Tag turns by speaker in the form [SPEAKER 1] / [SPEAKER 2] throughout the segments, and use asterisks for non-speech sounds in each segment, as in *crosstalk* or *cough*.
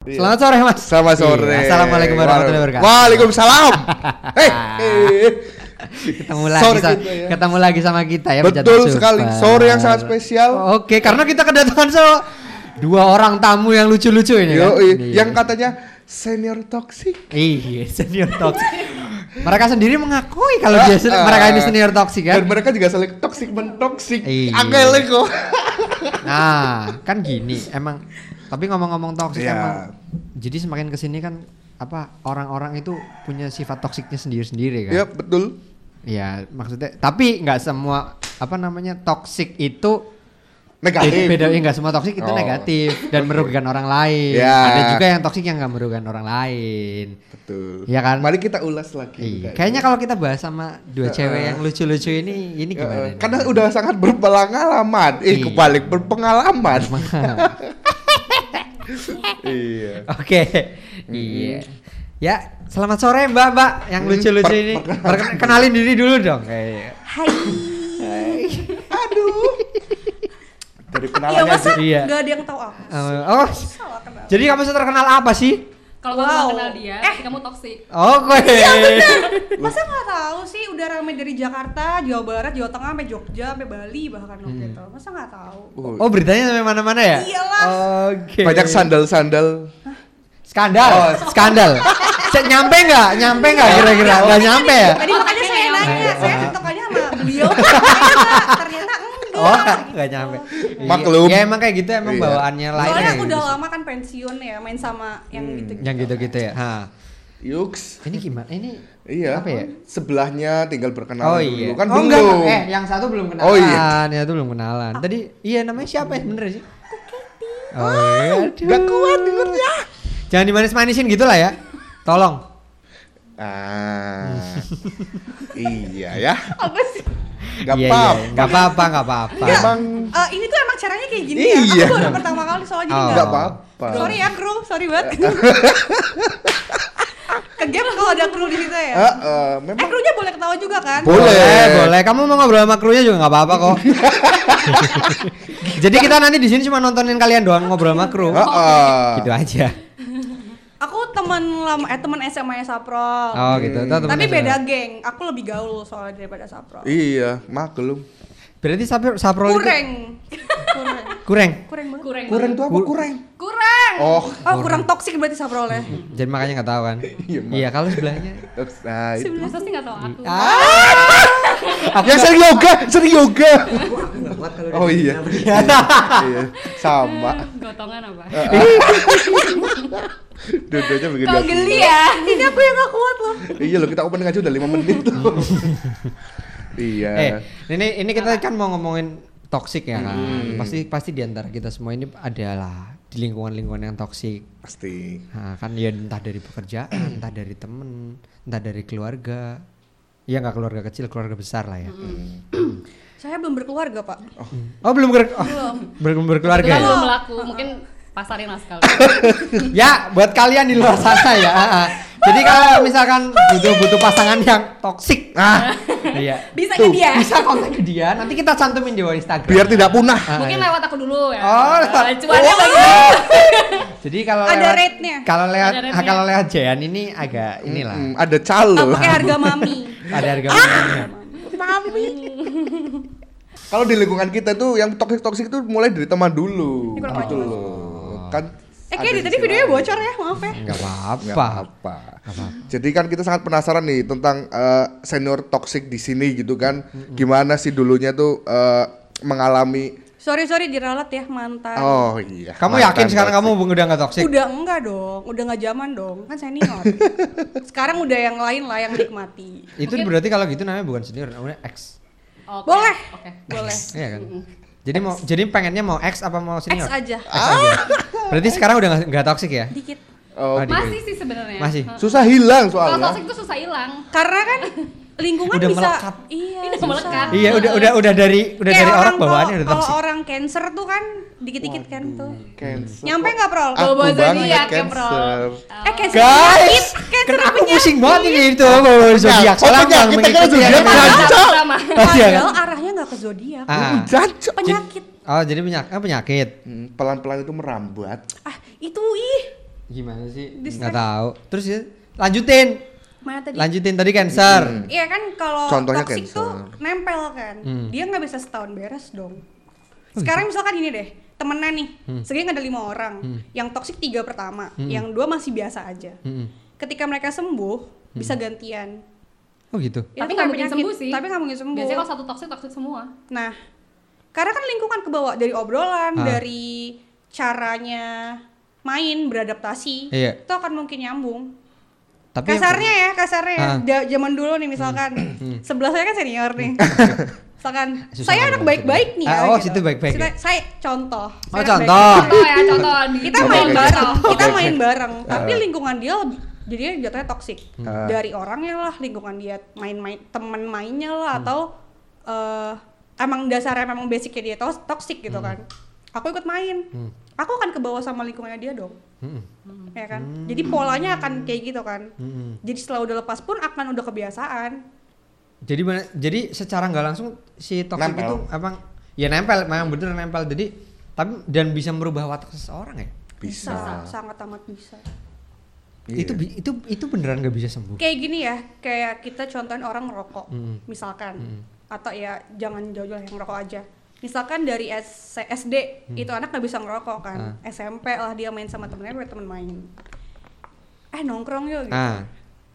[SPEAKER 1] Selamat sore mas.
[SPEAKER 2] Iya. Selamat sore.
[SPEAKER 1] Iya, Assalamualaikum warahmatullahi wabarakatuh. *laughs*
[SPEAKER 2] Waalaikumsalam. Hei, hei.
[SPEAKER 1] Ketemu lagi,
[SPEAKER 2] Sore
[SPEAKER 1] sa-
[SPEAKER 2] kita ya.
[SPEAKER 1] ketemu lagi sama kita ya. pejabat
[SPEAKER 2] Betul
[SPEAKER 1] super.
[SPEAKER 2] sekali. Sore yang sangat spesial.
[SPEAKER 1] Oke, karena kita kedatangan sama dua orang tamu yang lucu-lucu ini. kan?
[SPEAKER 2] Yoi.
[SPEAKER 1] Iya.
[SPEAKER 2] yang katanya senior toxic.
[SPEAKER 1] Iya, senior toxic. mereka sendiri mengakui kalau
[SPEAKER 2] Ah,
[SPEAKER 1] dia sen-
[SPEAKER 2] ah.
[SPEAKER 1] mereka ini senior toxic
[SPEAKER 2] Dan
[SPEAKER 1] kan.
[SPEAKER 2] mereka juga saling toxic mentoksik.
[SPEAKER 1] Iya.
[SPEAKER 2] Angele kok.
[SPEAKER 1] Nah, kan gini, emang tapi ngomong-ngomong toksik
[SPEAKER 2] Iya.
[SPEAKER 1] emang. Jadi semakin kesini kan apa orang-orang itu punya sifat toksiknya sendiri-sendiri kan.
[SPEAKER 2] Ya betul.
[SPEAKER 1] Ya maksudnya, tapi nggak semua apa namanya toksik itu
[SPEAKER 2] Negatif.
[SPEAKER 1] beda ya nggak semua toksik itu
[SPEAKER 2] Oh.
[SPEAKER 1] negatif dan merugikan orang lain.
[SPEAKER 2] Ya.
[SPEAKER 1] Ada juga yang toksik yang nggak merugikan orang lain.
[SPEAKER 2] Betul.
[SPEAKER 1] Iya kan?
[SPEAKER 2] Mari kita ulas lagi.
[SPEAKER 1] Iya.
[SPEAKER 2] Kak.
[SPEAKER 1] Kayaknya kalau kita bahas sama dua
[SPEAKER 2] Heeh.
[SPEAKER 1] cewek yang lucu-lucu ini, ini
[SPEAKER 2] Ya,
[SPEAKER 1] gimana? nih?
[SPEAKER 2] karena udah sangat berpengalaman. Eh,
[SPEAKER 1] Iya.
[SPEAKER 2] kebalik berpengalaman. iya.
[SPEAKER 1] *laughs* Oke. Iya. Ya, selamat sore Mbak-mbak yang
[SPEAKER 2] Hmm.
[SPEAKER 1] lucu-lucu
[SPEAKER 2] per- Iya,
[SPEAKER 1] ini. Perken- Kenalin diri dulu dong. Iya. Kayak.
[SPEAKER 3] Hai.
[SPEAKER 2] Aduh. Dari
[SPEAKER 3] Ya
[SPEAKER 2] kenalannya
[SPEAKER 3] masa
[SPEAKER 2] aja.
[SPEAKER 1] Iya.
[SPEAKER 3] nggak ada yang tahu aku.
[SPEAKER 1] Oh,
[SPEAKER 3] Salah kenal.
[SPEAKER 1] jadi kamu terkenal apa sih?
[SPEAKER 4] Kalau kamu nggak
[SPEAKER 3] Wow. Eh.
[SPEAKER 4] kenal dia, berarti kamu toksik.
[SPEAKER 1] Oke.
[SPEAKER 3] Iya, Masa nggak tahu sih udah rame dari Jakarta, Jawa Barat, Jawa Tengah sampai Jogja, sampai Bali bahkan waktu
[SPEAKER 1] Hmm.
[SPEAKER 3] itu. Masa nggak tahu?
[SPEAKER 2] Oh,
[SPEAKER 1] Oh beritanya sampai mana-mana ya?
[SPEAKER 3] Iyalah.
[SPEAKER 1] Oke.
[SPEAKER 2] Banyak sandal-sandal.
[SPEAKER 1] Skandal.
[SPEAKER 2] Oh.
[SPEAKER 1] *laughs*
[SPEAKER 2] Iya.
[SPEAKER 1] Skandal. Se- nyampe nggak? Nyampe nggak kira-kira? Nggak nyampe ya?
[SPEAKER 3] Tadi makanya saya
[SPEAKER 4] Makanya
[SPEAKER 3] nanya,
[SPEAKER 1] nggak
[SPEAKER 3] saya
[SPEAKER 1] nyampe.
[SPEAKER 3] tiktokannya
[SPEAKER 1] *laughs*
[SPEAKER 3] sama beliau. Ternyata- Ternyata enggak.
[SPEAKER 1] Oh
[SPEAKER 3] gitu.
[SPEAKER 1] nggak nyampe. Iya.
[SPEAKER 2] Maklum.
[SPEAKER 1] Ya emang kayak gitu emang
[SPEAKER 2] Iya.
[SPEAKER 1] bawaannya lain. gitu
[SPEAKER 3] Soalnya aku udah lama kan pensiun ya main sama yang gitu.
[SPEAKER 1] Hmm, Yang gitu-gitu ya. Ha.
[SPEAKER 2] Yuks.
[SPEAKER 1] Ini gimana? Ini
[SPEAKER 2] Iya.
[SPEAKER 1] apa ya?
[SPEAKER 2] Sebelahnya tinggal berkenalan dulu kan
[SPEAKER 1] oh,
[SPEAKER 2] belum.
[SPEAKER 1] enggak, enggak. Eh, yang satu belum kenalan.
[SPEAKER 2] Oh,
[SPEAKER 1] Oh
[SPEAKER 2] iya.
[SPEAKER 1] Yang satu belum kenalan. Tadi iya namanya siapa ya sebenarnya sih? Oh, aduh.
[SPEAKER 2] Nggak kuat dengernya.
[SPEAKER 1] Jangan dimanis-manisin gitu lah ya. Tolong. *laughs*
[SPEAKER 2] Ah. iya ya.
[SPEAKER 3] Apa sih?
[SPEAKER 2] Enggak
[SPEAKER 1] Iya, iya.
[SPEAKER 2] apa-apa.
[SPEAKER 1] Nggak apa-apa, enggak apa-apa.
[SPEAKER 3] Enggak.
[SPEAKER 2] Emang
[SPEAKER 3] Eh, ini tuh emang caranya kayak gini
[SPEAKER 2] Iya.
[SPEAKER 3] ya. Aku baru pertama kali soalnya jadi
[SPEAKER 1] Oh.
[SPEAKER 3] nggak
[SPEAKER 2] enggak apa-apa.
[SPEAKER 3] Sorry ya kru, sorry
[SPEAKER 1] *laughs*
[SPEAKER 3] banget. Kegap kalau ada kru di situ ya.
[SPEAKER 2] Eh, eh,
[SPEAKER 3] Eh
[SPEAKER 2] memang
[SPEAKER 3] krunya boleh ketawa juga kan?
[SPEAKER 2] Bo- Boleh.
[SPEAKER 1] boleh, boleh. Kamu mau ngobrol sama krunya juga nggak apa-apa
[SPEAKER 2] *laughs*
[SPEAKER 1] kok. Jadi kita nanti di sini cuma nontonin kalian doang ngobrol sama
[SPEAKER 2] Eh,
[SPEAKER 1] kru.
[SPEAKER 2] eh.
[SPEAKER 1] Gitu aja.
[SPEAKER 3] Aku teman lama eh teman SMA-nya Saprol.
[SPEAKER 1] Oh, gitu. Tuh, temen
[SPEAKER 3] Tapi
[SPEAKER 1] aja.
[SPEAKER 3] beda geng. Aku lebih gaul soalnya daripada Saprol.
[SPEAKER 2] Iya, maklum.
[SPEAKER 1] Berarti sapro saprol itu
[SPEAKER 3] Kurang. kurang.
[SPEAKER 1] kurang.
[SPEAKER 3] Kurang banget.
[SPEAKER 4] Kurang.
[SPEAKER 2] Kurang tuh apa
[SPEAKER 1] Kur-
[SPEAKER 2] kurang?
[SPEAKER 3] Kurang.
[SPEAKER 2] Oh.
[SPEAKER 3] Oh, kurang toksik berarti Saprolnya.
[SPEAKER 1] Jadi makanya nggak tahu kan.
[SPEAKER 2] Iya, Mak.
[SPEAKER 1] Iya, kalau
[SPEAKER 2] *laughs*
[SPEAKER 1] sebelahnya.
[SPEAKER 2] Ups, Nah, itu.
[SPEAKER 4] Masa sih nggak tau aku?
[SPEAKER 1] Ah. Aku
[SPEAKER 2] Yang Ya, sering yoga, sering yoga.
[SPEAKER 1] nggak kuat kalau
[SPEAKER 2] Oh iya.
[SPEAKER 1] *laughs*
[SPEAKER 2] iya. Sama.
[SPEAKER 4] Gotongan apa?
[SPEAKER 3] Eh,
[SPEAKER 2] Duduknya begini.
[SPEAKER 4] Kau geli ya?
[SPEAKER 3] Ini aku yang gak kuat loh.
[SPEAKER 2] Iya loh, kita opening aja udah 5 menit loh.
[SPEAKER 1] *laughs*
[SPEAKER 2] iya.
[SPEAKER 1] Eh, ini ini kita kan mau ngomongin toksik ya kan.
[SPEAKER 2] Hmm.
[SPEAKER 1] Pasti pasti di antara kita semua ini adalah di lingkungan-lingkungan yang toksik.
[SPEAKER 2] Pasti.
[SPEAKER 1] Nah, kan ya entah dari pekerjaan, entah dari temen, entah dari keluarga. Ya nggak keluarga kecil, keluarga besar lah ya.
[SPEAKER 3] Saya belum berkeluarga, Pak.
[SPEAKER 1] Oh, belum ber oh, belum berkeluarga.
[SPEAKER 4] Kebetulan
[SPEAKER 1] Ya?
[SPEAKER 4] kan belum laku, mungkin pasarin lah sekali.
[SPEAKER 3] Ah,
[SPEAKER 1] ya,
[SPEAKER 3] iya.
[SPEAKER 1] buat kalian di luar sana ya. ah, ah. Jadi kalau misalkan butuh-butuh pasangan yang toksik, ah, iya.
[SPEAKER 3] Bisa
[SPEAKER 2] Tuh.
[SPEAKER 3] ke dia.
[SPEAKER 1] Bisa kontak ke dia, nanti kita cantumin di Instagram.
[SPEAKER 2] Biar tidak punah.
[SPEAKER 1] Ah,
[SPEAKER 4] Mungkin
[SPEAKER 1] iya.
[SPEAKER 4] lewat aku dulu ya.
[SPEAKER 1] Oh,
[SPEAKER 4] Eh,
[SPEAKER 1] lewat-
[SPEAKER 4] cuannya
[SPEAKER 1] Oh.
[SPEAKER 4] bagi-
[SPEAKER 1] Jadi kalau
[SPEAKER 3] Ada
[SPEAKER 1] lewat-
[SPEAKER 3] rate-nya.
[SPEAKER 1] Kalau lewat
[SPEAKER 4] Ada rate-nya.
[SPEAKER 1] kalau lewat Jayan ini agak inilah.
[SPEAKER 2] Hmm, ada calo.
[SPEAKER 3] Ah, pakai harga mami.
[SPEAKER 1] Ada harga mainnya.
[SPEAKER 2] Kalau di lingkungan kita tuh yang toksik-toksik tuh mulai dari teman dulu.
[SPEAKER 3] Ini kurang
[SPEAKER 2] Gitu
[SPEAKER 3] ajar.
[SPEAKER 2] loh.
[SPEAKER 1] Oh.
[SPEAKER 2] Kan
[SPEAKER 3] Eh
[SPEAKER 2] ada
[SPEAKER 3] kayak di tadi
[SPEAKER 2] sisi
[SPEAKER 3] videonya
[SPEAKER 2] lain.
[SPEAKER 3] bocor ya, maaf ya.
[SPEAKER 1] Enggak
[SPEAKER 2] Nggak
[SPEAKER 1] apa-apa.
[SPEAKER 2] apa-apa. Jadi kan kita sangat penasaran nih tentang eh, senior toksik di sini gitu kan. Gimana sih dulunya tuh eh, mengalami
[SPEAKER 3] Sorry sorry diralat ya mantan.
[SPEAKER 2] Oh iya.
[SPEAKER 1] Kamu
[SPEAKER 2] mantan
[SPEAKER 1] yakin sekarang
[SPEAKER 2] toksik.
[SPEAKER 1] kamu udah enggak toksik?
[SPEAKER 3] Udah enggak dong, udah enggak zaman dong, kan
[SPEAKER 1] *laughs*
[SPEAKER 3] senior. Sekarang udah yang lain lah yang nikmati.
[SPEAKER 1] Itu berarti kalau gitu namanya bukan senior, namanya X.
[SPEAKER 4] Oke,
[SPEAKER 3] Boleh.
[SPEAKER 4] Oke.
[SPEAKER 3] Boleh.
[SPEAKER 1] Iya kan? Jadi mau jadi pengennya mau X apa mau
[SPEAKER 3] X
[SPEAKER 1] senior? Ah.
[SPEAKER 3] aja,
[SPEAKER 1] Berarti sekarang udah nggak- nggak toksik ya?
[SPEAKER 3] dikit.
[SPEAKER 2] Oh,
[SPEAKER 1] Adik.
[SPEAKER 4] Masih sih
[SPEAKER 3] Iya.
[SPEAKER 4] sebenarnya.
[SPEAKER 1] Masih.
[SPEAKER 4] Heeh.
[SPEAKER 2] susah hilang
[SPEAKER 4] Kalau
[SPEAKER 2] soalnya.
[SPEAKER 4] toksik tuh susah hilang.
[SPEAKER 3] Karena kan lingkungan
[SPEAKER 1] Udah
[SPEAKER 3] bisa
[SPEAKER 1] melekat.
[SPEAKER 3] iya,
[SPEAKER 4] Ini udah
[SPEAKER 3] susah.
[SPEAKER 4] melekat.
[SPEAKER 1] Iya, udah udah udah dari udah
[SPEAKER 3] Kayak
[SPEAKER 1] dari orang
[SPEAKER 3] kalau-
[SPEAKER 1] bawaannya udah
[SPEAKER 3] Kalau
[SPEAKER 1] toksik.
[SPEAKER 3] orang cancer tuh kan dikit-dikit kan tuh.
[SPEAKER 2] Cancer.
[SPEAKER 3] Nyampe enggak, Prol?
[SPEAKER 2] Aku
[SPEAKER 4] Bawa
[SPEAKER 2] banget
[SPEAKER 4] zodiak ya, Bro.
[SPEAKER 2] cancer.
[SPEAKER 3] Eh, cancer penyakit,
[SPEAKER 1] Guys,
[SPEAKER 3] cancer
[SPEAKER 1] kenapa aku
[SPEAKER 3] penyakit.
[SPEAKER 1] pusing banget ini itu bawa zodiak.
[SPEAKER 2] Oh,
[SPEAKER 1] Soalnya
[SPEAKER 2] penyakit,
[SPEAKER 1] aku nggak
[SPEAKER 2] kita kira
[SPEAKER 1] mengikuti yang
[SPEAKER 2] zodiak
[SPEAKER 1] ada.
[SPEAKER 2] aja.
[SPEAKER 4] Sama. sama.
[SPEAKER 1] Oh, iya kan?
[SPEAKER 3] Padahal arahnya enggak ke zodiak.
[SPEAKER 1] Ah.
[SPEAKER 2] Jancok.
[SPEAKER 3] Penyakit.
[SPEAKER 1] Oh, jadi ah, penyakit, penyakit.
[SPEAKER 2] Hmm, Pelan-pelan itu merambat.
[SPEAKER 3] Ah, itu ih.
[SPEAKER 1] Gimana sih?
[SPEAKER 3] Distract.
[SPEAKER 1] Nggak tahu. Terus ya, lanjutin.
[SPEAKER 3] Mana tadi?
[SPEAKER 1] Lanjutin tadi cancer.
[SPEAKER 3] Iya kan kalau
[SPEAKER 2] Contohnya
[SPEAKER 3] toxic
[SPEAKER 2] cancer.
[SPEAKER 3] tuh nempel kan.
[SPEAKER 1] Hmm. Oh, gitu?
[SPEAKER 3] Dia nggak bisa setahun beres dong. Sekarang misalkan ini deh, temenan nih.
[SPEAKER 1] Hmm.
[SPEAKER 3] Sebenarnya ada lima orang. Yang toxic tiga pertama, yang dua masih biasa aja.
[SPEAKER 1] Mm-mm.
[SPEAKER 3] Ketika mereka sembuh,
[SPEAKER 1] Hmm.
[SPEAKER 3] bisa gantian.
[SPEAKER 1] Oh gitu.
[SPEAKER 3] Itu
[SPEAKER 4] Tapi nggak
[SPEAKER 3] kayak
[SPEAKER 4] mungkin
[SPEAKER 3] penyakit,
[SPEAKER 4] sembuh sih.
[SPEAKER 3] Tapi nggak mungkin sembuh.
[SPEAKER 4] Biasanya kalau satu toxic toxic semua.
[SPEAKER 3] Nah, karena kan lingkungan ke bawah dari
[SPEAKER 1] Ah.
[SPEAKER 3] obrolan, dari caranya main, beradaptasi,
[SPEAKER 1] Iya.
[SPEAKER 3] itu akan mungkin nyambung.
[SPEAKER 1] Tapi yang-
[SPEAKER 3] kasarnya ya, kasarnya ya.
[SPEAKER 1] Ah.
[SPEAKER 3] Ja- Zaman dulu nih misalkan, sebelah saya kan
[SPEAKER 1] *laughs*
[SPEAKER 3] senior nih. misalkan,
[SPEAKER 1] Susah
[SPEAKER 3] saya
[SPEAKER 1] banget
[SPEAKER 3] anak baik-baik nih.
[SPEAKER 1] Ah,
[SPEAKER 3] ya,
[SPEAKER 1] oh, situ baik-baik
[SPEAKER 3] Saya,
[SPEAKER 1] ya?
[SPEAKER 3] saya contoh. saya
[SPEAKER 1] Oh,
[SPEAKER 3] anak
[SPEAKER 1] contoh. Oh,
[SPEAKER 3] baik-baik.
[SPEAKER 1] *laughs*
[SPEAKER 4] Contoh ya, contoh. Di-
[SPEAKER 3] Kita
[SPEAKER 2] Oke,
[SPEAKER 3] main
[SPEAKER 2] oke.
[SPEAKER 3] bareng, kita
[SPEAKER 2] Oke, oke.
[SPEAKER 3] main bareng. Tapi
[SPEAKER 1] Ah.
[SPEAKER 3] lingkungan dia lebih jadinya jatuhnya toksik.
[SPEAKER 1] Hmm.
[SPEAKER 2] Ah.
[SPEAKER 3] Dari orangnya lah, lingkungan dia main-main temen mainnya lah
[SPEAKER 1] Hmm.
[SPEAKER 3] atau eh, emang dasarnya memang basicnya dia tos- toksik gitu
[SPEAKER 1] Hmm.
[SPEAKER 3] kan. Aku ikut main. Aku akan ke bawah sama lingkungannya dia dong.
[SPEAKER 1] Mm-mm.
[SPEAKER 3] Ya kan?
[SPEAKER 1] Hmm.
[SPEAKER 3] Jadi polanya akan kayak gitu kan.
[SPEAKER 1] Mm-mm.
[SPEAKER 3] Jadi setelah udah lepas pun akan udah kebiasaan.
[SPEAKER 1] Jadi mana, jadi secara nggak langsung si toxic
[SPEAKER 2] Nempel.
[SPEAKER 1] itu emang ya nempel, memang bener nempel. Jadi tapi dan bisa merubah watak seseorang ya.
[SPEAKER 2] Bisa.
[SPEAKER 3] sangat amat bisa.
[SPEAKER 1] Hmm.
[SPEAKER 2] Iya.
[SPEAKER 1] Itu bi- itu itu beneran nggak bisa
[SPEAKER 4] Iya.
[SPEAKER 1] sembuh.
[SPEAKER 3] Kayak gini ya, kayak kita contohin orang ngerokok
[SPEAKER 1] Mm.
[SPEAKER 3] misalkan.
[SPEAKER 1] Mm.
[SPEAKER 3] Atau ya jangan jauh-jauh yang ngerokok aja. Misalkan dari S- SD
[SPEAKER 1] Hmm.
[SPEAKER 3] itu anak nggak bisa ngerokok kan.
[SPEAKER 1] Ah.
[SPEAKER 3] SMP lah dia main sama temennya, biar temen main. Eh nongkrong yuk gitu.
[SPEAKER 1] Ah,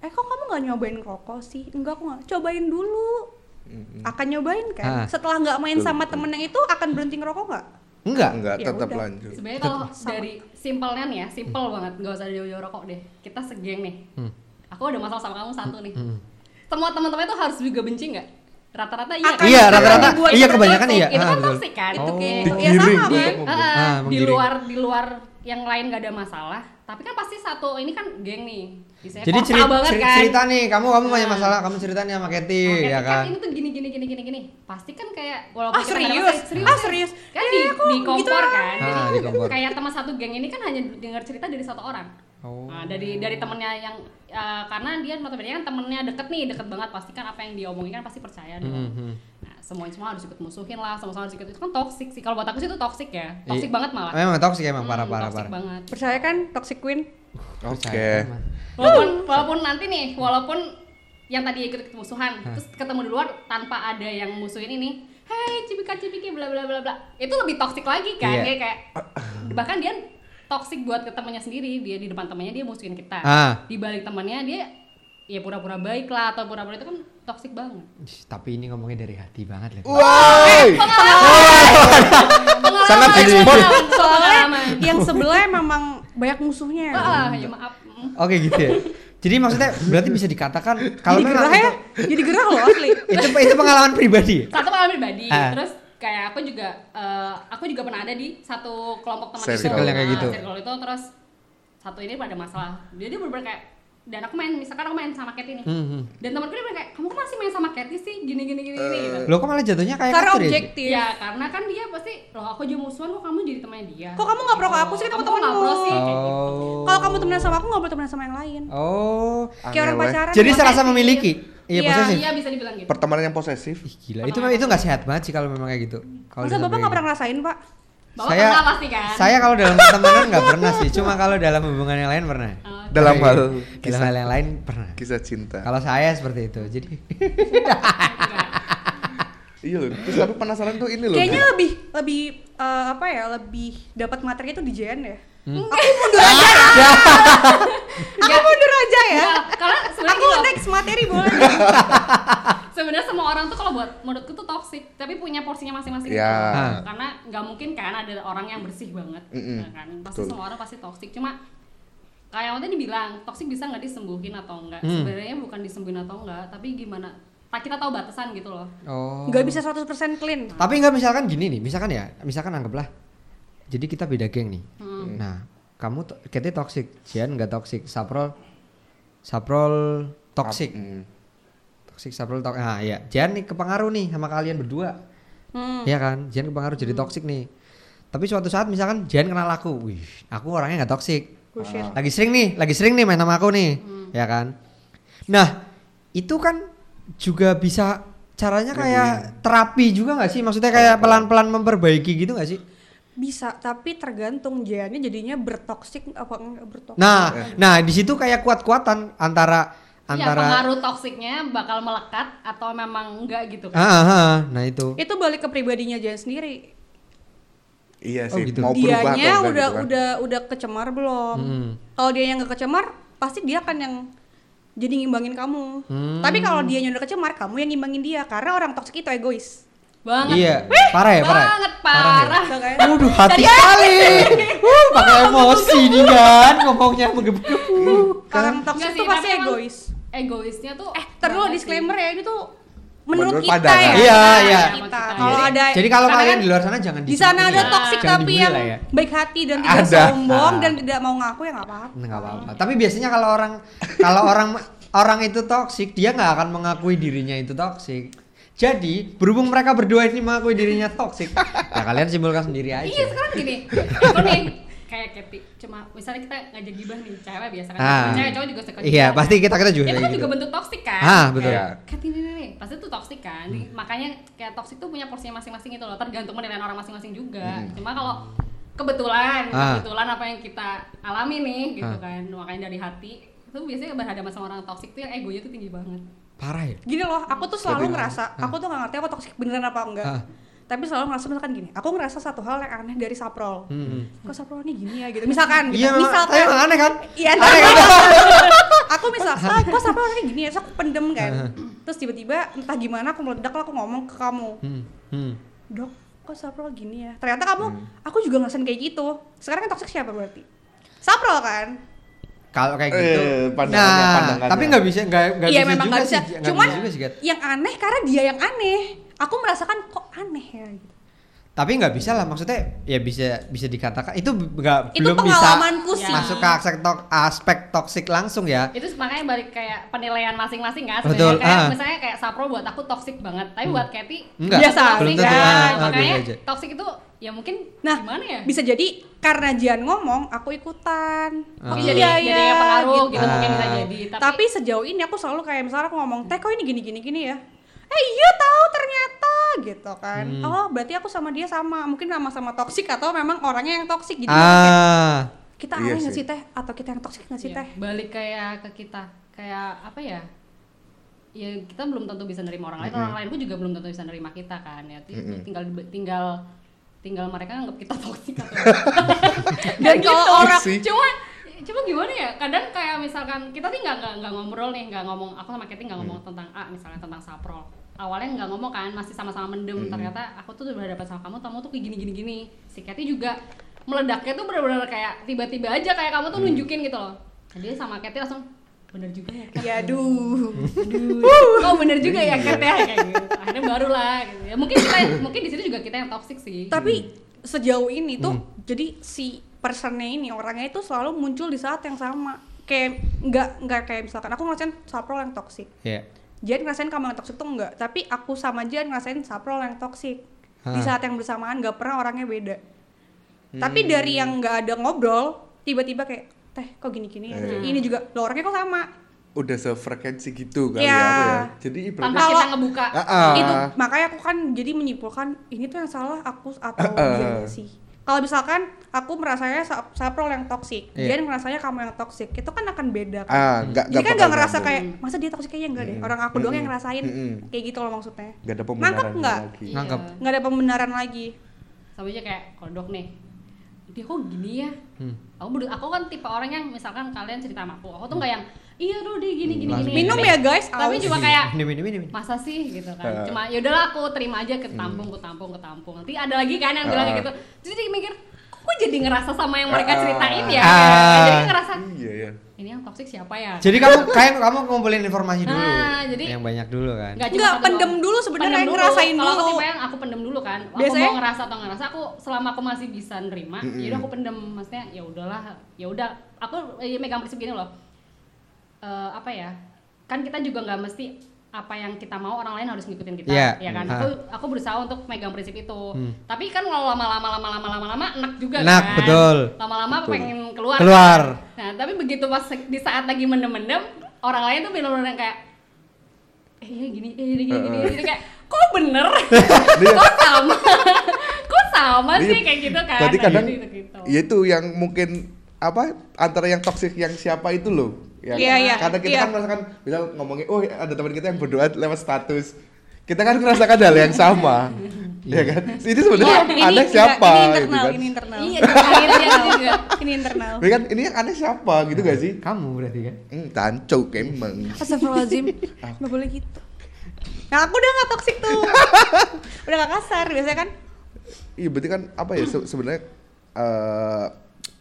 [SPEAKER 3] Eh kok kamu nggak nyobain ngerokok sih? Enggak aku nggak. Cobain dulu. Akan nyobain kan.
[SPEAKER 1] Hmm. Ah.
[SPEAKER 3] Setelah nggak main
[SPEAKER 2] Betul,
[SPEAKER 3] sama temen yang itu akan berhenti ngerokok nggak?
[SPEAKER 1] enggak.
[SPEAKER 2] Enggak,
[SPEAKER 3] Ya
[SPEAKER 2] tetap
[SPEAKER 3] udah.
[SPEAKER 2] lanjut.
[SPEAKER 4] Sebenarnya kalau
[SPEAKER 3] Sama.
[SPEAKER 4] dari simpelnya nih ya, simpel banget, nggak usah jauh-jauh rokok deh. Kita segeng nih.
[SPEAKER 1] Hmm.
[SPEAKER 4] Aku ada masalah sama kamu satu nih.
[SPEAKER 1] Hmm.
[SPEAKER 4] Semua teman-teman tuh harus juga benci nggak? Rata-rata iya.
[SPEAKER 3] Akan
[SPEAKER 1] Iya,
[SPEAKER 3] Kan
[SPEAKER 1] rata-rata
[SPEAKER 3] dibuat
[SPEAKER 1] iya kebanyakan iya. Ah,
[SPEAKER 4] Itu kan
[SPEAKER 1] betul.
[SPEAKER 4] toksik kan, itu
[SPEAKER 1] Oh.
[SPEAKER 4] kayak
[SPEAKER 3] Iya,
[SPEAKER 2] Digiring
[SPEAKER 3] sama,
[SPEAKER 2] untuk
[SPEAKER 3] kan?
[SPEAKER 4] Ah,
[SPEAKER 2] membeli.
[SPEAKER 4] ah,
[SPEAKER 1] Ah,
[SPEAKER 4] di
[SPEAKER 1] menggiring.
[SPEAKER 4] luar di luar yang lain gak ada masalah tapi kan pasti satu ini kan geng nih Biasanya
[SPEAKER 1] Jadi
[SPEAKER 4] korsa
[SPEAKER 1] cerita,
[SPEAKER 4] banget kan
[SPEAKER 1] cerita nih, kamu kamu punya
[SPEAKER 4] Nah.
[SPEAKER 1] masalah, kamu cerita nih sama Kathy,
[SPEAKER 4] Nah,
[SPEAKER 1] ya
[SPEAKER 4] kayak
[SPEAKER 1] kan?
[SPEAKER 4] ini tuh gini gini gini gini gini pasti kan kayak
[SPEAKER 3] Ah
[SPEAKER 4] walaupun kita nggak ada
[SPEAKER 3] serius?
[SPEAKER 4] masalah,
[SPEAKER 3] Ah serius?
[SPEAKER 4] kan
[SPEAKER 3] Ya,
[SPEAKER 4] di,
[SPEAKER 3] ya, kok
[SPEAKER 4] di
[SPEAKER 3] gitu
[SPEAKER 4] kompor
[SPEAKER 3] doang?
[SPEAKER 4] kan
[SPEAKER 1] Ah,
[SPEAKER 4] jadi
[SPEAKER 1] di kompor.
[SPEAKER 4] kayak teman satu geng ini kan hanya dengar cerita dari satu orang
[SPEAKER 1] Oh.
[SPEAKER 4] Nah, dari dari temennya yang eh, karena dia notabene kan temennya deket nih deket banget pasti kan apa yang dia omongin kan pasti percaya dong
[SPEAKER 1] Mhm.
[SPEAKER 4] nah semua semua harus ikut musuhin lah semua harus ikut itu kan toksik sih kalau buat aku sih itu toksik ya toksik
[SPEAKER 1] Iya.
[SPEAKER 4] banget malah
[SPEAKER 1] Memang toksik emang parah
[SPEAKER 4] Hmm,
[SPEAKER 1] parah
[SPEAKER 4] toxic
[SPEAKER 1] parah.
[SPEAKER 4] banget
[SPEAKER 3] Percaya kan toxic queen?
[SPEAKER 1] ya,
[SPEAKER 2] Oke.
[SPEAKER 1] kan?
[SPEAKER 4] walaupun walaupun nanti nih walaupun yang tadi ikut ikut musuhan terus ketemu di luar tanpa ada yang musuhin ini hei cipika cipiki bla bla bla bla itu lebih toksik lagi
[SPEAKER 1] Iya.
[SPEAKER 4] kan Dia kayak bahkan dia toksik buat ke temannya sendiri dia di depan temannya dia musuhin kita
[SPEAKER 1] Ah.
[SPEAKER 4] di balik temannya dia ya pura-pura baik lah atau pura-pura itu kan toksik banget
[SPEAKER 1] Ih, Tapi ini ngomongnya dari hati banget lah.
[SPEAKER 2] Woi.
[SPEAKER 4] pengalaman
[SPEAKER 2] Sangat diekspor.
[SPEAKER 1] *laughs*
[SPEAKER 4] pengalaman,
[SPEAKER 3] Soalnya
[SPEAKER 4] pengalaman.
[SPEAKER 3] yang sebelah memang banyak musuhnya.
[SPEAKER 4] ah ya maaf Hmm.
[SPEAKER 1] Oke gitu ya. Jadi maksudnya berarti bisa dikatakan kalau gitu.
[SPEAKER 3] Jadi
[SPEAKER 1] memang
[SPEAKER 3] gerah ya?
[SPEAKER 1] itu,
[SPEAKER 3] Jadi gerah loh asli.
[SPEAKER 1] itu itu pengalaman pribadi.
[SPEAKER 4] satu pengalaman pribadi
[SPEAKER 1] Ah.
[SPEAKER 4] terus kayak aku juga eh, aku juga pernah ada di satu kelompok teman
[SPEAKER 2] Circle.
[SPEAKER 4] itu
[SPEAKER 2] Circle
[SPEAKER 1] yang kayak
[SPEAKER 4] Nah,
[SPEAKER 1] gitu.
[SPEAKER 4] circle itu terus satu ini pada masalah dia dia bener kayak dan aku main misalkan aku main sama Cat ini
[SPEAKER 1] Hmm, hmm.
[SPEAKER 4] dan temanku dia bilang kayak kamu kok masih main sama Cat sih gini gini gini gini gitu.
[SPEAKER 3] Eh.
[SPEAKER 1] Lo kok malah jatuhnya kayak
[SPEAKER 3] Karena
[SPEAKER 1] kacer ya?
[SPEAKER 3] objektif.
[SPEAKER 4] Ya karena kan dia pasti loh aku juga musuhan kok kamu jadi temannya dia.
[SPEAKER 3] Kok kamu nggak pro ke aku sih? Kan aku
[SPEAKER 4] Kamu kok nggak pro
[SPEAKER 3] temenmu.
[SPEAKER 4] sih kayak gitu.
[SPEAKER 1] Oh.
[SPEAKER 3] Kalau kamu temenan sama aku nggak boleh temenan sama yang lain.
[SPEAKER 1] Oh.
[SPEAKER 3] Kayak orang
[SPEAKER 2] Aneh, weh.
[SPEAKER 3] pacaran.
[SPEAKER 1] Jadi
[SPEAKER 3] kan?
[SPEAKER 1] serasa memiliki. Iya
[SPEAKER 3] Iya,
[SPEAKER 1] posesif.
[SPEAKER 4] Iya bisa dibilang gitu.
[SPEAKER 2] Pertemanan yang posesif.
[SPEAKER 1] Ih gila, itu memang- itu nggak sehat banget sih kalau memang kayak gitu. Kalau
[SPEAKER 3] Masa
[SPEAKER 1] disampai
[SPEAKER 3] bapak
[SPEAKER 1] kayak
[SPEAKER 3] nggak pernah ngerasain pak?
[SPEAKER 1] gitu.
[SPEAKER 4] Bapak
[SPEAKER 1] saya,
[SPEAKER 4] pernah pasti kan.
[SPEAKER 1] Saya kalau dalam pertemanan nggak pernah sih, cuma kalau dalam hubungan yang lain pernah. Iya.
[SPEAKER 4] Eh,
[SPEAKER 2] Dalam hal
[SPEAKER 1] dalam
[SPEAKER 2] kisah,
[SPEAKER 1] hal yang lain pernah.
[SPEAKER 2] kisah cinta.
[SPEAKER 1] Kalau saya seperti itu. Jadi
[SPEAKER 4] gitu kan.
[SPEAKER 3] *laughs*
[SPEAKER 2] Iya loh. Terus tapi penasaran tuh ini loh.
[SPEAKER 3] Kayaknya
[SPEAKER 2] Dit.
[SPEAKER 3] lebih lebih eh, apa ya? Lebih dapat materi itu di JN ya. Aku mundur aja ya.
[SPEAKER 4] enggak, Karena sebenarnya
[SPEAKER 3] Aku
[SPEAKER 4] gini loh,
[SPEAKER 3] next materi boleh. nggak?
[SPEAKER 4] sebenarnya semua orang tuh kalau buat menurutku tuh toxic tapi punya porsinya masing-masing
[SPEAKER 2] Ya.
[SPEAKER 4] gitu.
[SPEAKER 1] Ah.
[SPEAKER 4] karena nggak mungkin kan ada orang yang bersih banget
[SPEAKER 2] Mm-mm.
[SPEAKER 4] ya kan pasti
[SPEAKER 2] Betul.
[SPEAKER 4] semua orang pasti toxic cuma kayak waktu dibilang toxic bisa nggak disembuhin atau enggak
[SPEAKER 1] Hmm.
[SPEAKER 4] sebenarnya bukan disembuhin atau enggak tapi gimana tak kita tahu batasan gitu loh
[SPEAKER 1] oh.
[SPEAKER 3] Nggak bisa 100% clean.
[SPEAKER 1] Tapi nggak misalkan gini nih, misalkan ya, misalkan anggaplah. Jadi kita beda geng nih. Nah, kamu to Kete toxic, Jian nggak toxic, Saprol Saprol toxic,
[SPEAKER 2] Mm.
[SPEAKER 1] toxic Saprol toxic. Nah, ya, Jian nih kepengaruh nih sama kalian berdua.
[SPEAKER 3] Hmm.
[SPEAKER 1] Iya kan? Jian kepengaruh jadi toxic nih. Tapi suatu saat misalkan Jian kenal aku, wih, aku orangnya nggak toxic.
[SPEAKER 3] Oh, shit.
[SPEAKER 1] Lagi sering nih, lagi sering nih main sama aku nih,
[SPEAKER 3] Hmm.
[SPEAKER 1] ya kan? Nah, itu kan juga bisa caranya kayak terapi juga nggak sih? Maksudnya kayak pelan-pelan memperbaiki gitu nggak sih?
[SPEAKER 3] Bisa, tapi tergantung Jiannya jadinya bertoksik apa enggak bertoksik.
[SPEAKER 1] Nah, nah di situ kayak kuat-kuatan antara
[SPEAKER 3] Iya,
[SPEAKER 4] ya,
[SPEAKER 1] antara
[SPEAKER 4] pengaruh toksiknya bakal melekat atau memang enggak gitu kan?
[SPEAKER 1] Ah, ah, ah, nah itu.
[SPEAKER 3] Itu balik ke pribadinya Jian sendiri.
[SPEAKER 2] Iya
[SPEAKER 1] Oh,
[SPEAKER 2] sih,
[SPEAKER 1] gitu.
[SPEAKER 2] mau berubah atau
[SPEAKER 3] Dianya
[SPEAKER 2] enggak
[SPEAKER 3] udah
[SPEAKER 2] gitu kan.
[SPEAKER 3] udah udah kecemar belum?
[SPEAKER 1] Hmm.
[SPEAKER 3] Kalau dia yang gak kecemar, pasti dia akan yang jadi ngimbangin kamu.
[SPEAKER 1] Hmm.
[SPEAKER 3] Tapi kalau dia udah kecemar, kamu yang ngimbangin dia karena orang toksik itu egois. Iya
[SPEAKER 4] Banget.
[SPEAKER 1] Iya, parah ya, parah. ya?
[SPEAKER 4] Banget parah.
[SPEAKER 3] Udah kayak-
[SPEAKER 1] Waduh, hati sekali. Uh, pakai emosi nih kan ngomongnya menggebu-gebu.
[SPEAKER 3] Orang
[SPEAKER 1] Kan?
[SPEAKER 4] Enggak
[SPEAKER 3] toksik
[SPEAKER 4] sih,
[SPEAKER 3] itu pasti
[SPEAKER 4] tapi emang
[SPEAKER 3] egois.
[SPEAKER 4] Egoisnya tuh
[SPEAKER 3] Eh, terus
[SPEAKER 4] banget sih.
[SPEAKER 3] Eh, disclaimer ya, ini tuh
[SPEAKER 2] Menurut
[SPEAKER 3] menurut, kita
[SPEAKER 2] pandangan.
[SPEAKER 3] ya.
[SPEAKER 1] Iya, iya.
[SPEAKER 3] Kita.
[SPEAKER 4] Iya.
[SPEAKER 3] Kalau Oh, ada
[SPEAKER 1] Jadi kalau
[SPEAKER 3] karena
[SPEAKER 1] kalian
[SPEAKER 3] kan
[SPEAKER 1] di luar sana jangan
[SPEAKER 3] di sana ada
[SPEAKER 1] dibully.
[SPEAKER 3] toksik
[SPEAKER 1] Jangan
[SPEAKER 3] tapi
[SPEAKER 1] dibully
[SPEAKER 3] yang
[SPEAKER 1] lah ya.
[SPEAKER 3] baik hati dan tidak
[SPEAKER 2] Ada.
[SPEAKER 3] sombong
[SPEAKER 1] Ah.
[SPEAKER 3] dan tidak mau ngaku ya nggak apa-apa.
[SPEAKER 1] nggak apa-apa. Tapi biasanya kalau orang kalau orang orang itu toksik, dia nggak akan mengakui dirinya itu toksik. Jadi berhubung mereka berdua ini mengakui dirinya toksik, ya kalian simpulkan sendiri aja.
[SPEAKER 4] Iya sekarang
[SPEAKER 1] *laughs*
[SPEAKER 4] gini, aku nih kayak Kathy, cuma misalnya kita ngajak gibah nih cewek biasa kan,
[SPEAKER 1] Ah.
[SPEAKER 4] cewek cowok juga
[SPEAKER 3] gitu.
[SPEAKER 4] suka
[SPEAKER 1] Iya,
[SPEAKER 4] gibah.
[SPEAKER 1] pasti kita kita juga.
[SPEAKER 4] Ya itu
[SPEAKER 1] kayak
[SPEAKER 4] kan
[SPEAKER 1] gitu.
[SPEAKER 4] juga bentuk toksik kan.
[SPEAKER 1] Ah, betul. Hmm.
[SPEAKER 4] Kayak, Kathy ini nih, pasti itu toksik kan. Di- Makanya kayak toksik tuh punya porsinya masing-masing gitu loh, tergantung penilaian orang masing-masing juga. Cuma kalau kebetulan,
[SPEAKER 1] Hmm. Ah.
[SPEAKER 4] kebetulan apa yang kita alami nih gitu
[SPEAKER 1] Ah.
[SPEAKER 4] kan, makanya dari hati itu biasanya berhadapan sama orang toksik tuh yang egonya tuh tinggi banget.
[SPEAKER 1] Parah ya.
[SPEAKER 3] Gini loh, aku tuh selalu ngerasa, aku tuh nggak ngerti aku toksik beneran apa enggak.
[SPEAKER 1] Ah.
[SPEAKER 3] Tapi selalu ngerasa misalkan gini, aku ngerasa satu hal yang aneh dari Saprol.
[SPEAKER 1] Hmm.
[SPEAKER 3] Kok Saprol ini gini ya gitu. Misalkan, gitu.
[SPEAKER 1] Iya, memang- tapi
[SPEAKER 3] misalkan.
[SPEAKER 1] emang aneh kan?
[SPEAKER 3] Iya,
[SPEAKER 1] Aneh kan?
[SPEAKER 3] *laughs* aku misalkan, "Ah, kok Saprol orangnya gini ya, terus aku pendem kan.
[SPEAKER 1] Ah.
[SPEAKER 3] Terus tiba-tiba entah gimana aku meledak lah aku ngomong ke kamu.
[SPEAKER 1] Hmm, hmm.
[SPEAKER 3] Dok, kok Saprol gini ya? Ternyata kamu, aku juga ngerasain kayak gitu. Sekarang yang toksik siapa berarti? Saprol kan?
[SPEAKER 1] Kalau kayak gitu,
[SPEAKER 2] Eh, pandangannya,
[SPEAKER 1] nah,
[SPEAKER 2] pandangannya.
[SPEAKER 1] tapi nggak bisa, nggak nggak
[SPEAKER 3] Iya
[SPEAKER 1] bisa
[SPEAKER 3] memang
[SPEAKER 1] juga
[SPEAKER 3] nggak bisa.
[SPEAKER 1] sih, nggak
[SPEAKER 3] Cuman
[SPEAKER 1] bisa juga sih, Gat.
[SPEAKER 3] yang aneh karena dia yang aneh. Aku merasakan kok aneh ya gitu.
[SPEAKER 1] tapi nggak bisa lah maksudnya ya bisa bisa dikatakan itu b- nggak
[SPEAKER 3] Itu
[SPEAKER 1] belum bisa
[SPEAKER 3] pengalamanku
[SPEAKER 4] Ya.
[SPEAKER 3] sih.
[SPEAKER 1] masuk ke aspek tok- aspek toksik langsung ya
[SPEAKER 4] itu makanya balik kayak penilaian masing-masing kan
[SPEAKER 1] Betul,
[SPEAKER 4] sebenarnya kayak
[SPEAKER 1] ah. Hmm.
[SPEAKER 4] misalnya kayak Sapro buat aku toxic banget tapi buat Kathy
[SPEAKER 1] Enggak,
[SPEAKER 4] biasa
[SPEAKER 1] belum
[SPEAKER 4] sih
[SPEAKER 1] tentu,
[SPEAKER 4] kan.
[SPEAKER 1] ah, ah,
[SPEAKER 4] makanya
[SPEAKER 1] biasa aja.
[SPEAKER 4] toxic itu ya mungkin
[SPEAKER 3] Nah,
[SPEAKER 4] gimana ya
[SPEAKER 3] Bisa jadi karena Jian ngomong, aku ikutan.
[SPEAKER 1] Ah.
[SPEAKER 3] Oh
[SPEAKER 4] jadi
[SPEAKER 3] iya
[SPEAKER 4] jadi
[SPEAKER 3] ya,
[SPEAKER 4] pengaruh gitu,
[SPEAKER 1] Ah.
[SPEAKER 4] mungkin bisa jadi
[SPEAKER 3] Tapi,
[SPEAKER 4] tapi,
[SPEAKER 3] sejauh ini aku selalu kayak misalnya aku ngomong, "Teh, kok ini gini gini gini ya?" Eh, iya tahu ternyata gitu kan.
[SPEAKER 1] Hmm.
[SPEAKER 3] Oh, berarti aku sama dia sama, mungkin sama-sama toksik atau memang orangnya yang toksik
[SPEAKER 4] Gitu,
[SPEAKER 3] jadi kayak,
[SPEAKER 1] ah
[SPEAKER 3] kita
[SPEAKER 2] Iya
[SPEAKER 3] aneh nggak
[SPEAKER 2] sih.
[SPEAKER 3] sih teh atau kita yang toksik nggak sih
[SPEAKER 4] ya,
[SPEAKER 3] teh?
[SPEAKER 4] balik kayak ke kita kayak apa ya ya kita belum tentu bisa nerima orang lain orang lain pun juga belum tentu bisa nerima kita kan ya itu
[SPEAKER 2] Mm-mm.
[SPEAKER 4] tinggal tinggal tinggal mereka nganggap kita toxic atau
[SPEAKER 1] *laughs*
[SPEAKER 3] *laughs* Dan kalau orang
[SPEAKER 1] Iya
[SPEAKER 2] sih.
[SPEAKER 4] cuma cuma gimana ya kadang kayak misalkan kita nih nggak nggak nggak ngobrol nih nggak ngomong aku sama Kathy nggak ngomong tentang A misalnya tentang saprol awalnya nggak ngomong kan masih sama-sama mendem ternyata aku tuh udah berhadapan sama kamu kamu tuh kayak gini gini gini si Kathy juga meledaknya tuh benar-benar kayak tiba-tiba aja kayak kamu tuh nunjukin gitu loh jadi sama Kathy langsung bener juga ya *laughs* Kat."
[SPEAKER 3] ya duh. Iya.
[SPEAKER 4] oh bener juga ya Kat ya kayak gitu akhirnya barulah gitu ya mungkin kita mungkin di sini juga kita yang toxic sih
[SPEAKER 3] Tapi sejauh ini tuh jadi si personnya ini orangnya itu selalu muncul di saat yang sama. Kayak nggak nggak kayak misalkan aku ngerasain saprol yang toksik.
[SPEAKER 1] ya
[SPEAKER 3] Jan ngerasain kamu yang toksik tuh enggak, tapi aku sama Jan ngerasain saprol yang toksik. Di
[SPEAKER 1] Hah.
[SPEAKER 3] saat yang bersamaan nggak pernah orangnya beda. Tapi dari yang nggak ada ngobrol, tiba-tiba kayak teh kok gini-gini ya?
[SPEAKER 2] Eh.
[SPEAKER 3] Ini juga lo orangnya kok sama.
[SPEAKER 2] Udah sefrekuensi gitu kali
[SPEAKER 3] Iya.
[SPEAKER 2] ya. apa ya. Jadi
[SPEAKER 4] tanpa
[SPEAKER 2] ibaratnya
[SPEAKER 3] Kalau-
[SPEAKER 4] kita ngebuka
[SPEAKER 2] Ah, ah.
[SPEAKER 3] Itu Gitu. makanya aku kan jadi menyimpulkan ini tuh yang salah aku atau
[SPEAKER 2] Eh,
[SPEAKER 3] dia
[SPEAKER 2] eh.
[SPEAKER 3] sih. Kalau misalkan aku merasanya sa- saprol yang toksik,
[SPEAKER 1] Iya.
[SPEAKER 3] Jan ngerasanya kamu yang toksik, itu kan akan beda. kan?
[SPEAKER 2] ah nggak nggak
[SPEAKER 3] Jadi kan
[SPEAKER 2] bakal
[SPEAKER 3] nggak ngerasa
[SPEAKER 2] nyambung.
[SPEAKER 3] kayak masa dia toksik kayaknya enggak deh. Orang aku doang yang ngerasain.
[SPEAKER 2] Mm-mm.
[SPEAKER 3] Kayak gitu loh maksudnya.
[SPEAKER 2] nggak ada
[SPEAKER 3] Nangkep
[SPEAKER 2] pembenaran
[SPEAKER 3] nggak?
[SPEAKER 2] lagi.
[SPEAKER 4] Iya.
[SPEAKER 1] Nangkep.
[SPEAKER 3] Nggak ada pembenaran lagi.
[SPEAKER 4] sama aja kayak kodok nih dia kok gini ya
[SPEAKER 2] Hmm.
[SPEAKER 4] aku berdua- aku kan tipe orang yang misalkan kalian cerita sama aku aku tuh nggak yang iya dulu dia gini gini
[SPEAKER 1] Langsung
[SPEAKER 4] gini
[SPEAKER 3] Minum
[SPEAKER 2] Iya.
[SPEAKER 4] Tapi-
[SPEAKER 3] ya guys,
[SPEAKER 4] tapi
[SPEAKER 3] aus.
[SPEAKER 4] cuma kayak
[SPEAKER 1] minum minum minum minum.
[SPEAKER 4] masa sih gitu
[SPEAKER 2] Eh. Hmm.
[SPEAKER 4] kan cuma yaudahlah aku terima aja ketampung ketampung ketampung nanti ada lagi kan yang bilang
[SPEAKER 2] Eh.
[SPEAKER 4] kayak gitu jadi dia mikir kok gue jadi ngerasa sama yang mereka
[SPEAKER 2] Eh.
[SPEAKER 4] ceritain ya
[SPEAKER 1] Ah.
[SPEAKER 4] jadi ngerasa
[SPEAKER 2] Iya ya.
[SPEAKER 4] ini yang toksik siapa ya
[SPEAKER 1] jadi kamu kayak kamu ngumpulin informasi dulu
[SPEAKER 4] Nah, jadi-
[SPEAKER 1] yang banyak dulu kan
[SPEAKER 4] Nggak cuma
[SPEAKER 3] Nggak,
[SPEAKER 4] satu
[SPEAKER 3] pendem
[SPEAKER 4] doang.
[SPEAKER 3] dulu sebenarnya,
[SPEAKER 4] Pendem
[SPEAKER 3] ngerasain
[SPEAKER 4] Kalau aku
[SPEAKER 3] dulu.
[SPEAKER 4] tipe yang aku pendem dulu kan. Aku
[SPEAKER 3] Biasanya-
[SPEAKER 4] mau ngerasa atau nggak ngerasa aku selama aku masih bisa nerima, ya udah aku pendem. Maksudnya ya udahlah, ya udah. Aku eh, megang prinsip gini loh. Eh, apa ya? Kan kita juga nggak mesti apa yang kita mau orang lain harus ngikutin kita,
[SPEAKER 1] Iya.
[SPEAKER 4] ya kan?
[SPEAKER 1] Hmm.
[SPEAKER 4] Aku aku berusaha untuk megang prinsip itu.
[SPEAKER 1] Hmm.
[SPEAKER 4] Tapi kan kalau lama-lama lama-lama lama-lama enak juga
[SPEAKER 1] Enak,
[SPEAKER 4] kan.
[SPEAKER 1] betul.
[SPEAKER 4] Lama-lama
[SPEAKER 2] Betul.
[SPEAKER 4] pengen keluar.
[SPEAKER 1] Keluar.
[SPEAKER 4] Nah, tapi begitu pas di saat lagi mendem-mendem, orang lain tuh bener-bener yang kayak *laughs* eh iya gini, eh gini, gini, gini, gini. kayak kok bener, kok sama, kok sama
[SPEAKER 2] Iya.
[SPEAKER 4] sih kayak gitu kan.
[SPEAKER 2] Berarti
[SPEAKER 4] Nah,
[SPEAKER 2] kadang
[SPEAKER 4] gitu-gitu.
[SPEAKER 2] ya itu yang mungkin apa antara yang toksik yang siapa itu loh. Yang,
[SPEAKER 3] Iya, iya,
[SPEAKER 2] karena kita
[SPEAKER 3] iya.
[SPEAKER 2] kan merasakan misal ngomongin oh ada teman kita yang berdoa lewat status. Kita kan merasakan hal yang sama. Iya kan? Ini sebenarnya
[SPEAKER 3] Ini-
[SPEAKER 2] aneh
[SPEAKER 3] ini
[SPEAKER 2] siapa
[SPEAKER 3] enggak,
[SPEAKER 2] gitu
[SPEAKER 3] Ini internal,
[SPEAKER 2] kan.
[SPEAKER 3] ini internal.
[SPEAKER 4] Iya,
[SPEAKER 3] *laughs*
[SPEAKER 4] akhirnya juga.
[SPEAKER 3] Ini internal.
[SPEAKER 2] Tapi kan ini yang aneh siapa gitu
[SPEAKER 1] Iya.
[SPEAKER 2] gak sih?
[SPEAKER 1] Kamu berarti kan?
[SPEAKER 2] Hmm, tancok emang.
[SPEAKER 3] Astagfirullahaladzim,
[SPEAKER 2] Ah.
[SPEAKER 3] nggak boleh gitu. Nah aku udah nggak toksik
[SPEAKER 2] *laughs*
[SPEAKER 3] tuh, udah nggak kasar biasanya kan.
[SPEAKER 2] Iya berarti kan apa ya se- sebenarnya eh,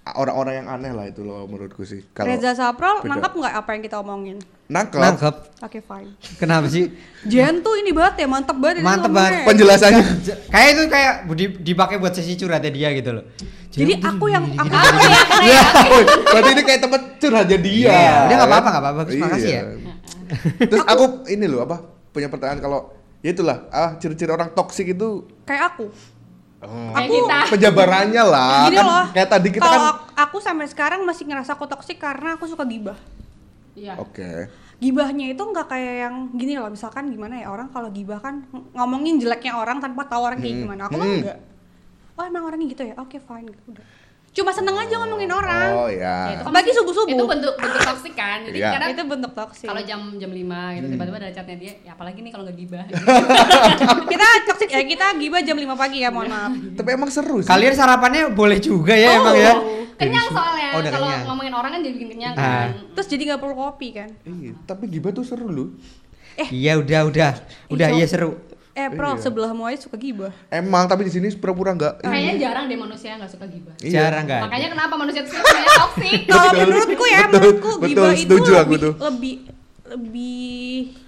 [SPEAKER 2] orang-orang yang aneh lah itu loh menurutku sih. Kalau
[SPEAKER 3] Reza Saprol
[SPEAKER 2] beda.
[SPEAKER 3] nangkap nggak apa yang kita omongin?
[SPEAKER 2] nangkep,
[SPEAKER 1] Nangkep.
[SPEAKER 3] Oke fine.
[SPEAKER 1] Kenapa sih?
[SPEAKER 3] Jen tuh ini banget ya, mantep banget. ini
[SPEAKER 1] Mantep banget.
[SPEAKER 3] ngomongnya.
[SPEAKER 2] penjelasannya
[SPEAKER 1] J- Kayak itu kayak budi- dipakai buat sesi curhatnya dia gitu loh.
[SPEAKER 3] Jadi aku yang
[SPEAKER 4] Oh, iya,
[SPEAKER 3] aku
[SPEAKER 2] Ya, woy, berarti ini kayak tempat curhatnya dia.
[SPEAKER 1] Iya, udah nggak
[SPEAKER 2] kan?
[SPEAKER 1] apa-apa, nggak apa-apa. Bagus, makasih ya.
[SPEAKER 2] Terus aku ini loh apa punya pertanyaan kalau ya itulah ah ciri-ciri orang toksik itu
[SPEAKER 3] kayak aku.
[SPEAKER 4] Kayak
[SPEAKER 3] Aku-
[SPEAKER 4] kita.
[SPEAKER 2] penjabarannya lah
[SPEAKER 3] Gini
[SPEAKER 2] kan
[SPEAKER 3] loh.
[SPEAKER 2] kayak tadi kita
[SPEAKER 3] kalau
[SPEAKER 2] kan
[SPEAKER 3] ak- aku sampai sekarang masih ngerasa aku toksik karena aku suka gibah.
[SPEAKER 4] Iya.
[SPEAKER 2] oke
[SPEAKER 3] Gibahnya itu nggak kayak yang gini loh, misalkan gimana ya orang kalau gibah kan ng- ngomongin jeleknya orang tanpa tahu orang kayak
[SPEAKER 2] Hmm.
[SPEAKER 3] gimana. Aku mah
[SPEAKER 2] Hmm.
[SPEAKER 3] enggak. Oh emang orangnya gitu ya? Oke fine, udah. Cuma seneng aja ngomongin orang.
[SPEAKER 2] oh
[SPEAKER 4] Ya, itu
[SPEAKER 2] ya
[SPEAKER 4] kan
[SPEAKER 3] Apalagi
[SPEAKER 4] masih-
[SPEAKER 3] subuh-subuh.
[SPEAKER 4] Itu bentuk bentuk toksik kan. Jadi
[SPEAKER 2] Iya. Hmm.
[SPEAKER 4] kadang
[SPEAKER 3] itu bentuk toksik.
[SPEAKER 4] kalau jam jam 5 gitu tiba-tiba ada chatnya dia, ya apalagi nih kalau nggak
[SPEAKER 2] *laughs*
[SPEAKER 4] gibah.
[SPEAKER 3] kita toksik ya kita gibah jam 5 pagi ya, mohon
[SPEAKER 4] *laughs*
[SPEAKER 3] maaf.
[SPEAKER 2] tapi emang seru sih
[SPEAKER 1] Kalian sarapannya boleh juga ya emang ya.
[SPEAKER 4] Oh, Kenyang
[SPEAKER 2] gitu.
[SPEAKER 1] Jadi-
[SPEAKER 4] soalnya.
[SPEAKER 1] Oh, udah
[SPEAKER 4] kalau
[SPEAKER 1] kenyang.
[SPEAKER 4] ngomongin orang kan jadi bikin kenyang
[SPEAKER 1] Ah.
[SPEAKER 4] kan.
[SPEAKER 3] Terus jadi nggak perlu kopi kan?
[SPEAKER 2] Iya, tapi gibah tuh seru loh
[SPEAKER 1] Iya udah udah. Udah
[SPEAKER 3] Ih,
[SPEAKER 1] iya
[SPEAKER 3] cok.
[SPEAKER 1] seru.
[SPEAKER 3] Eh, Pro,
[SPEAKER 2] Iya.
[SPEAKER 3] sebelahmu aja suka gibah.
[SPEAKER 2] emang tapi di sini pura-pura nggak
[SPEAKER 4] Kayaknya jarang deh manusia yang nggak suka gibah.
[SPEAKER 2] Iya.
[SPEAKER 1] Jarang kan.
[SPEAKER 4] Makanya kenapa manusia itu sebenarnya
[SPEAKER 2] *laughs*
[SPEAKER 4] toksik.
[SPEAKER 3] Kalau
[SPEAKER 2] Betul.
[SPEAKER 3] menurutku ya,
[SPEAKER 2] Betul,
[SPEAKER 3] menurutku
[SPEAKER 2] betul,
[SPEAKER 3] gibah itu
[SPEAKER 2] setuju aku
[SPEAKER 3] lebih,
[SPEAKER 2] tuh.
[SPEAKER 3] lebih lebih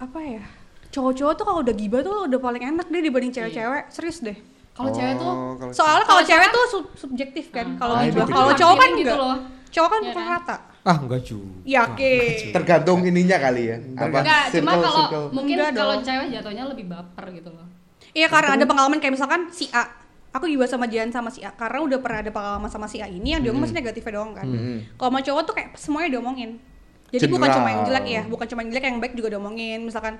[SPEAKER 3] apa ya? Cowok-cowok tuh kalau udah gibah tuh udah paling enak deh
[SPEAKER 2] Iya.
[SPEAKER 3] dibanding cewek-cewek. Serius deh.
[SPEAKER 4] Kalau cewek tuh
[SPEAKER 2] Oh, kalau-
[SPEAKER 3] Soalnya kalau
[SPEAKER 4] Kalau
[SPEAKER 3] cewek tuh sub- subjektif kan
[SPEAKER 4] Ah.
[SPEAKER 3] kalau
[SPEAKER 2] Ah,
[SPEAKER 3] gibah.
[SPEAKER 2] itu
[SPEAKER 3] Kalau
[SPEAKER 4] beda.
[SPEAKER 3] cowok kan
[SPEAKER 4] Gitu
[SPEAKER 3] gitu
[SPEAKER 4] loh.
[SPEAKER 3] loh. Cowok kan
[SPEAKER 4] Iya
[SPEAKER 3] bukan
[SPEAKER 4] kan?
[SPEAKER 3] rata.
[SPEAKER 1] Ah enggak juga.
[SPEAKER 3] Yakin.
[SPEAKER 2] tergantung ininya kali ya apa
[SPEAKER 4] enggak, cuma
[SPEAKER 2] circle-
[SPEAKER 4] kalau
[SPEAKER 2] circle.
[SPEAKER 4] mungkin
[SPEAKER 3] Enggak
[SPEAKER 4] kalau
[SPEAKER 3] dong.
[SPEAKER 4] cewek jatuhnya lebih baper gitu loh.
[SPEAKER 3] Iya karena ada pengalaman kayak misalkan si A Aku juga sama Jan sama si A karena udah pernah ada pengalaman sama si A ini yang diomongin masih negatifnya doang kan
[SPEAKER 2] Hmm.
[SPEAKER 3] Kalau sama cowok tuh kayak semuanya diomongin Jadi bukan
[SPEAKER 2] General.
[SPEAKER 3] cuma yang jelek ya, bukan cuma yang jelek yang baik juga diomongin Misalkan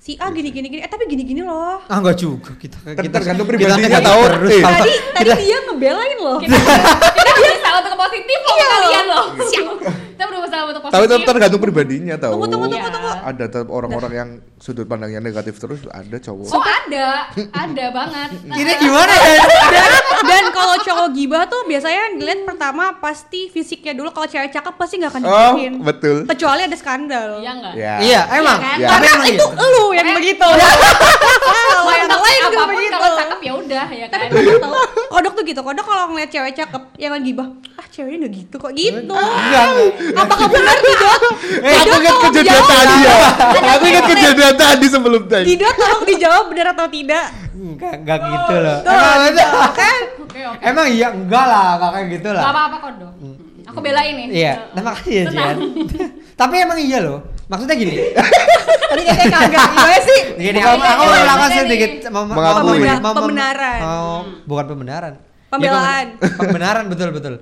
[SPEAKER 3] si A gini gini gini, eh tapi gini gini loh
[SPEAKER 1] Ah enggak juga kita
[SPEAKER 2] Ter-
[SPEAKER 1] kita
[SPEAKER 2] tergantung
[SPEAKER 1] kita
[SPEAKER 2] pribadinya,
[SPEAKER 1] tidak
[SPEAKER 2] tau.
[SPEAKER 1] terus
[SPEAKER 2] Eh.
[SPEAKER 1] kalau-
[SPEAKER 2] *laughs*
[SPEAKER 3] Tadi, tadi dia ngebelain loh
[SPEAKER 4] *laughs* Kita, kita berusaha untuk positif loh sama kalian Iya. loh. Kita berusaha untuk positif.
[SPEAKER 2] tapi itu tergantung pribadinya tau
[SPEAKER 3] Tunggu tunggu tunggu
[SPEAKER 4] Iya.
[SPEAKER 3] tunggu
[SPEAKER 2] ada tetap orang-orang yang sudut pandangnya negatif terus ada cowok
[SPEAKER 4] Oh ada, ada banget.
[SPEAKER 1] Ini gimana ya?
[SPEAKER 3] dan, dan kalau cowok gibah tuh biasanya yang dilihat pertama pasti fisiknya dulu kalau cewek cakep pasti nggak akan
[SPEAKER 2] oh
[SPEAKER 3] digibahin
[SPEAKER 2] betul
[SPEAKER 3] kecuali ada skandal
[SPEAKER 4] Iya enggak?
[SPEAKER 2] ya
[SPEAKER 1] Iya, emang.
[SPEAKER 4] Iya kan?
[SPEAKER 1] Tapi
[SPEAKER 3] karena
[SPEAKER 1] emang
[SPEAKER 3] itu
[SPEAKER 1] iya.
[SPEAKER 3] lu yang begitu
[SPEAKER 4] *laughs* Kalau
[SPEAKER 3] kalau yang
[SPEAKER 4] cakep
[SPEAKER 3] lain juga
[SPEAKER 4] Eh, apapun
[SPEAKER 3] begitu
[SPEAKER 4] kalau cakep ya udah ya kan.
[SPEAKER 3] Tahu, kodok tuh gitu kodok kalau ngeliat cewek cakep yang lagi bah ah ceweknya udah gitu kok gitu
[SPEAKER 1] Enggak.
[SPEAKER 3] apakah benar Didot
[SPEAKER 2] Eh, aku
[SPEAKER 3] Didot
[SPEAKER 2] ingat
[SPEAKER 3] tolong
[SPEAKER 2] kejadian
[SPEAKER 3] dijawab.
[SPEAKER 2] tadi ya. Aku ingat kejadian tadi sebelum tadi.
[SPEAKER 3] Didot tolong dijawab benar atau tidak
[SPEAKER 1] Enggak, enggak gitu loh.
[SPEAKER 3] Tuh,
[SPEAKER 1] Emang,
[SPEAKER 3] dijawab, kan
[SPEAKER 4] Oke oke.
[SPEAKER 1] emang iya enggak lah, enggak kayak gitu lah.
[SPEAKER 4] Gak apa-apa kok dong. Aku belain nih.
[SPEAKER 1] Iya, nah, makasih ya Jian.
[SPEAKER 4] Tenang.
[SPEAKER 1] *laughs* Tapi emang iya loh. Maksudnya gini.
[SPEAKER 3] tadi katanya kagak
[SPEAKER 2] Iya,
[SPEAKER 3] gimana sih
[SPEAKER 1] Gini, aku
[SPEAKER 4] Bukan
[SPEAKER 1] aku
[SPEAKER 4] iya,
[SPEAKER 1] melakukan
[SPEAKER 4] iya,
[SPEAKER 1] sedikit
[SPEAKER 4] iya.
[SPEAKER 1] mem- mem-
[SPEAKER 2] Mengakui.
[SPEAKER 1] mem- mem-
[SPEAKER 3] Pembenaran.
[SPEAKER 1] mau- bukan pembenaran.
[SPEAKER 3] Pembelaan.
[SPEAKER 1] Ya, pembe- *laughs* pembenaran betul betul.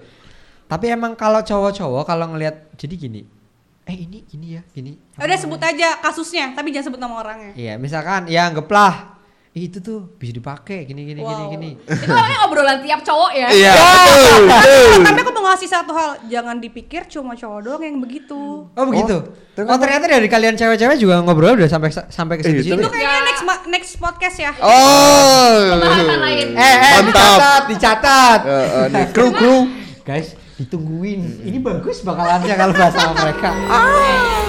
[SPEAKER 1] Tapi emang kalau cowok-cowok kalau ngelihat jadi gini. Eh ini ini ya, gini.
[SPEAKER 3] udah sebut aja kasusnya tapi jangan sebut nama orangnya
[SPEAKER 1] Iya, misalkan ya anggaplah "Ih, itu tuh bisa dipakai gini gini
[SPEAKER 3] Wow.
[SPEAKER 1] gini gini.
[SPEAKER 4] Itu namanya obrolan tiap cowok ya.
[SPEAKER 2] Iya, betul, betul.
[SPEAKER 3] Nah, tapi aku mau ngasih satu hal jangan dipikir cuma cowok doang yang begitu
[SPEAKER 1] Oh begitu.
[SPEAKER 2] terus
[SPEAKER 1] Oh, ternyata dari kalian cewek-cewek juga ngobrol udah sampai sampai ke
[SPEAKER 2] Iya,
[SPEAKER 1] situ.
[SPEAKER 3] itu
[SPEAKER 2] terus-
[SPEAKER 3] kayaknya
[SPEAKER 4] Ya.
[SPEAKER 3] next ma- next podcast ya
[SPEAKER 2] Oh.
[SPEAKER 4] Pembahasan lain.
[SPEAKER 1] Eh, eh,
[SPEAKER 2] Mantap.
[SPEAKER 1] dicatat, dicatat.
[SPEAKER 2] Eh, eh, nih, kru kru.
[SPEAKER 1] Guys, ditungguin. Ini bagus bakalannya kalau bahas sama mereka.
[SPEAKER 3] Ah.